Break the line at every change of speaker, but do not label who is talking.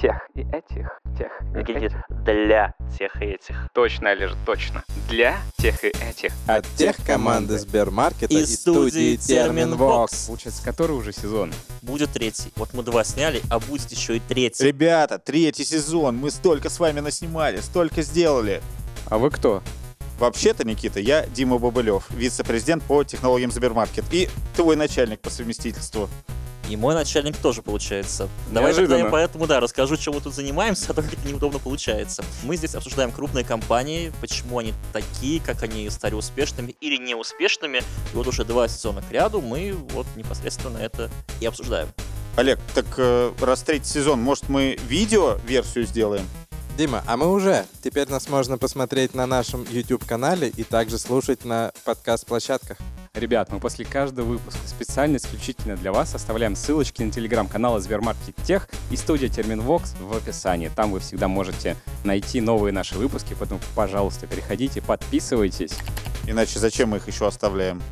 тех и этих, тех и
Выглядит
этих.
для тех и этих.
Точно лишь точно. Для тех и этих.
От тех команды Сбермаркета и студии Терминвокс.
Получается, который уже сезон.
Будет третий. Вот мы два сняли, а будет еще и третий.
Ребята, третий сезон, мы столько с вами наснимали, столько сделали.
А вы кто?
Вообще-то, Никита, я Дима Бобылев, вице-президент по технологиям Сбермаркет и твой начальник по совместительству.
И мой начальник тоже получается. Давай тогда я
Неожиданно.
поэтому, да, расскажу, чем мы тут занимаемся, а то как-то неудобно получается. Мы здесь обсуждаем крупные компании, почему они такие, как они стали успешными или неуспешными. И вот уже два сезона к ряду мы вот непосредственно это и обсуждаем.
Олег, так э, раз третий сезон, может мы видео-версию сделаем?
Дима, а мы уже. Теперь нас можно посмотреть на нашем YouTube-канале и также слушать на подкаст-площадках.
Ребят, мы после каждого выпуска специально исключительно для вас оставляем ссылочки на телеграм-каналы Сбермаркет Тех и студия Терминвокс в описании. Там вы всегда можете найти новые наши выпуски, поэтому, пожалуйста, переходите, подписывайтесь.
Иначе зачем мы их еще оставляем?